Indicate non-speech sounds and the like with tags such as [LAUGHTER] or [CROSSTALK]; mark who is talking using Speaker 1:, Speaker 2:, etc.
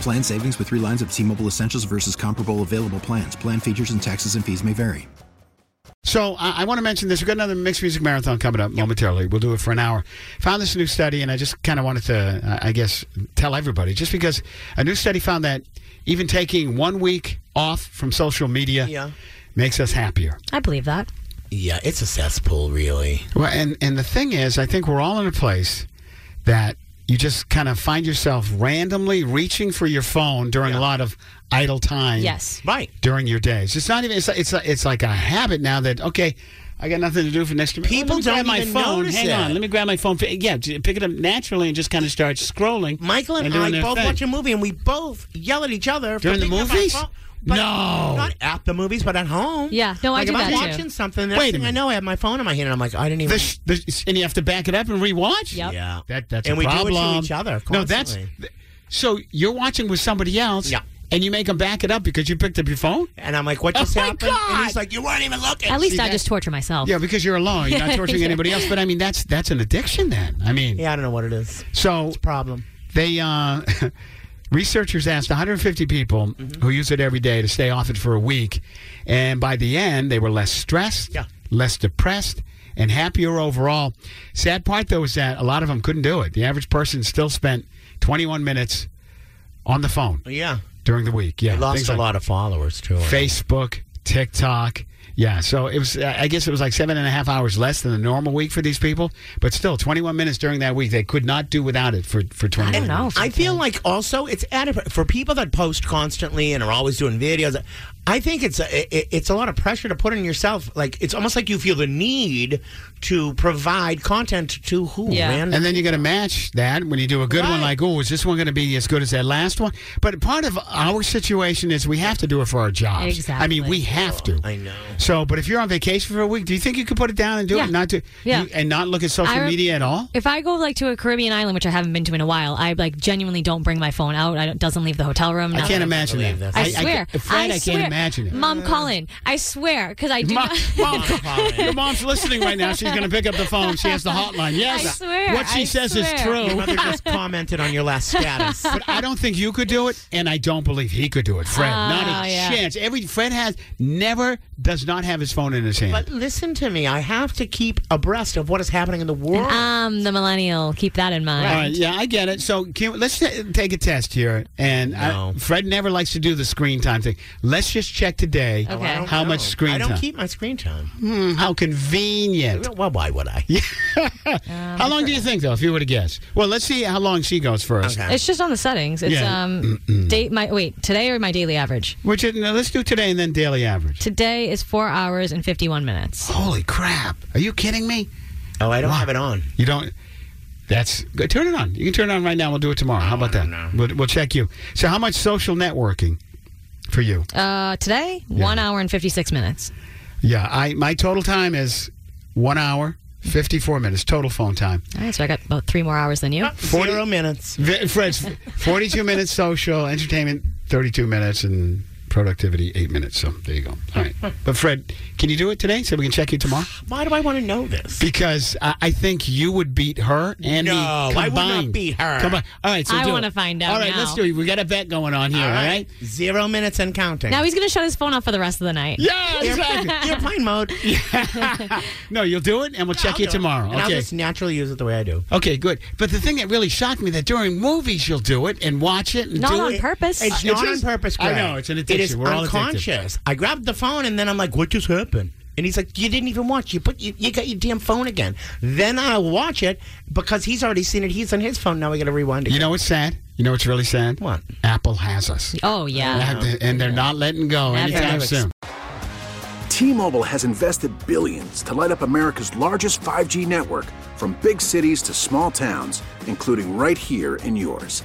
Speaker 1: Plan savings with three lines of T Mobile Essentials versus comparable available plans. Plan features and taxes and fees may vary.
Speaker 2: So I, I want to mention this. We've got another mixed music marathon coming up momentarily. We'll do it for an hour. Found this new study, and I just kind of wanted to, uh, I guess, tell everybody just because a new study found that even taking one week off from social media
Speaker 3: Yeah.
Speaker 2: makes us happier.
Speaker 4: I believe that.
Speaker 3: Yeah, it's a cesspool, really.
Speaker 2: Well, and and the thing is, I think we're all in a place that you just kind of find yourself randomly reaching for your phone during a lot of idle time.
Speaker 4: Yes.
Speaker 3: Right.
Speaker 2: during your days. It's not even. It's it's it's like a habit now that okay. I got nothing to do for next. let
Speaker 3: People
Speaker 2: me grab
Speaker 3: don't
Speaker 2: my
Speaker 3: even
Speaker 2: phone.
Speaker 3: notice
Speaker 2: Hang on,
Speaker 3: that.
Speaker 2: let me grab my phone. Yeah, j- pick it up naturally and just kind of start scrolling.
Speaker 3: Michael and,
Speaker 2: doing
Speaker 3: I
Speaker 2: their
Speaker 3: both
Speaker 2: thing.
Speaker 3: watch a movie, and we both yell at each other for
Speaker 2: During the
Speaker 3: picking up our
Speaker 2: movies?
Speaker 3: phone. But
Speaker 2: No.
Speaker 3: not at the movies, but at home.
Speaker 4: Yeah. No, I
Speaker 3: like
Speaker 4: do
Speaker 3: if
Speaker 4: that
Speaker 3: I'm
Speaker 4: too.
Speaker 3: watching something, the
Speaker 2: Wait a
Speaker 3: next thing I
Speaker 2: minute.
Speaker 3: know, I have my phone in my hand, and I'm like, I didn't even.
Speaker 2: The sh- the sh- and you have to back it up and rewatch.
Speaker 4: Yep.
Speaker 3: yeah,
Speaker 2: That that's
Speaker 3: and
Speaker 2: a
Speaker 3: we
Speaker 2: problem.
Speaker 3: do it to each other.
Speaker 2: No, that's
Speaker 3: constantly.
Speaker 2: th- so you're watching with somebody else.
Speaker 3: Yeah.
Speaker 2: And you make them back it up because you picked up your phone.
Speaker 3: and I'm like, what
Speaker 2: Oh
Speaker 3: just
Speaker 2: my
Speaker 3: happened?
Speaker 2: God.
Speaker 3: And he's like, you weren't even looking.
Speaker 4: At least
Speaker 2: See
Speaker 4: I
Speaker 2: that?
Speaker 4: just torture myself.
Speaker 2: Yeah, because you're alone. You're not
Speaker 3: [LAUGHS]
Speaker 2: torturing
Speaker 4: Yeah.
Speaker 2: anybody else. But I mean, that's that's an addiction. Then I mean,
Speaker 3: yeah, I don't know what it is.
Speaker 2: so
Speaker 3: Problem.
Speaker 2: They uh, [LAUGHS] researchers asked 150 people
Speaker 3: Mm-hmm.
Speaker 2: who use it every day to stay off it for a week, and by the end, they were less stressed,
Speaker 3: Yeah.
Speaker 2: less depressed, and happier overall. Sad part though is that a lot of them couldn't do it. The average person still spent 21 minutes on the phone
Speaker 3: Yeah,
Speaker 2: during the week. Yeah,
Speaker 3: I lost
Speaker 2: things
Speaker 3: a
Speaker 2: like
Speaker 3: lot of followers too.
Speaker 2: Facebook, TikTok. Yeah, so it was. I guess it was like seven and a half hours less than the normal week for these people, but still, twenty-one minutes during that week they could not do without it for for twenty.
Speaker 4: I don't know.
Speaker 3: I feel like also it's added for people that post constantly and are always doing videos. I think it's a, it, it's a lot of pressure to put on yourself. Like it's almost like you feel the need to provide content to who,
Speaker 4: Yeah.
Speaker 3: man.
Speaker 2: And then you got to match that when you do a good one,
Speaker 3: Right.
Speaker 2: like, oh, is this one going to be as good as that last one? But part of our situation is we have to do it for our jobs. I mean,
Speaker 4: Exactly.
Speaker 2: we have to.
Speaker 3: I know.
Speaker 2: So, but if you're on vacation for a week, do you think you could put it down and do it?
Speaker 4: Yeah.
Speaker 2: and Not do,
Speaker 4: Yeah.
Speaker 2: you- and not look at social
Speaker 4: I rem-
Speaker 2: media at all.
Speaker 4: If I go like to a Caribbean island, which I haven't been to in a while, I like genuinely don't bring my phone out. I don't, doesn't leave the hotel room.
Speaker 2: I
Speaker 4: nothing.
Speaker 2: can't imagine
Speaker 3: believe
Speaker 2: that.
Speaker 3: this.
Speaker 4: I,
Speaker 2: can't-
Speaker 4: swear.
Speaker 2: Fred, I,
Speaker 4: swear.
Speaker 2: can't imagine it.
Speaker 4: Mom, Colin, I swear, because I do
Speaker 2: Mom,
Speaker 3: [LAUGHS]
Speaker 4: not.
Speaker 2: [LAUGHS] mom, your mom's listening right now. She's going to pick up the phone. She has the hotline. Yes,
Speaker 4: [LAUGHS] I swear,
Speaker 2: what she
Speaker 4: I
Speaker 2: says is
Speaker 4: swear.
Speaker 2: true.
Speaker 3: Your mother just commented on your
Speaker 2: [LAUGHS]
Speaker 3: last status.
Speaker 2: But I don't think you could do it, and I don't believe he could do it. Fred, not
Speaker 4: Oh,
Speaker 2: a
Speaker 4: yeah.
Speaker 2: chance. Every Fred has never does not have his phone in his hand.
Speaker 3: But uh, listen to me. I have to keep abreast of what is happening in the world.
Speaker 2: Uh,
Speaker 4: um, the millennial. Keep that in mind.
Speaker 2: all right, yeah, I get it. So can, let's t- take a test here. And I-
Speaker 3: No.
Speaker 2: Fred never likes to do the screen time thing. Let's just check today
Speaker 4: Okay.
Speaker 3: I don't
Speaker 2: how
Speaker 3: know.
Speaker 2: much screen
Speaker 3: I don't
Speaker 2: time.
Speaker 3: keep my screen time.
Speaker 2: Hmm, how convenient.
Speaker 3: Well, why would I?
Speaker 2: how long do you think, though, if you were to guess? Well, let's see how long she goes first.
Speaker 3: Okay.
Speaker 4: It's just on the settings. It's
Speaker 2: Yeah.
Speaker 4: um date my wait today or my daily average.
Speaker 2: Which is, no, let's do today and then daily average.
Speaker 4: Today is four hours and fifty one minutes.
Speaker 2: Holy crap. Are you kidding me?
Speaker 3: Oh, I don't
Speaker 2: Wow.
Speaker 3: have it on.
Speaker 2: You don't. That's good. Turn it on. You can turn it on right now. We'll do it tomorrow. How about that? We'll, we'll check you. So, how much social networking for you?
Speaker 4: Uh, today one hour and fifty six minutes.
Speaker 2: Yeah, I my total time is one hour fifty four minutes total phone time.
Speaker 4: All right, so I got about three more hours than you.
Speaker 3: Zero minutes. [LAUGHS]
Speaker 2: V- Fred's forty two minutes social entertainment, thirty two minutes, and productivity, eight minutes. So there you go. All
Speaker 3: [LAUGHS]
Speaker 2: right. But Fred, can you do it today so we can check you tomorrow?
Speaker 3: Why do I want to know this?
Speaker 2: Because I, I think you would beat her and me
Speaker 3: No,
Speaker 2: combined.
Speaker 3: I would not beat her.
Speaker 2: Combined. All right, so
Speaker 4: I
Speaker 2: do
Speaker 4: wanna
Speaker 2: it.
Speaker 4: find out
Speaker 2: All right,
Speaker 4: now.
Speaker 2: let's do it. We got a bet going on here. All right.
Speaker 3: Zero minutes and counting. [LAUGHS]
Speaker 4: Now he's going to shut his phone off for the rest of the night.
Speaker 2: Yeah,
Speaker 4: [LAUGHS]
Speaker 2: exactly.
Speaker 3: airplane mode.
Speaker 2: [LAUGHS] no, you'll do it, and we'll check
Speaker 3: I'll
Speaker 2: you
Speaker 3: do it.
Speaker 2: tomorrow.
Speaker 3: And I'll
Speaker 2: okay.
Speaker 3: just naturally use it the way I do.
Speaker 2: Okay, good. But the thing that really shocked me that during movies you'll do it and watch it and
Speaker 4: Not
Speaker 2: do
Speaker 4: on
Speaker 2: it.
Speaker 4: purpose.
Speaker 3: It's
Speaker 2: It
Speaker 3: not
Speaker 2: is-
Speaker 3: on purpose.
Speaker 2: I
Speaker 3: Greg.
Speaker 2: know, it's an
Speaker 3: It is
Speaker 2: addiction. We're all addicted.
Speaker 3: unconscious. I grabbed the phone and then I'm like, "What just happened?" And he's like, "You didn't even watch. You put you, you got your damn phone again." Then I watch it because he's already seen it. He's on his phone now. We got to rewind it.
Speaker 2: You know what's sad? You know what's really sad?
Speaker 3: What?
Speaker 2: Apple has us.
Speaker 4: Oh, yeah.
Speaker 2: And- And they're not letting go
Speaker 4: Never.
Speaker 2: anytime soon.
Speaker 5: T-Mobile has invested billions to light up America's largest 5G network from big cities to small towns, including right here in yours.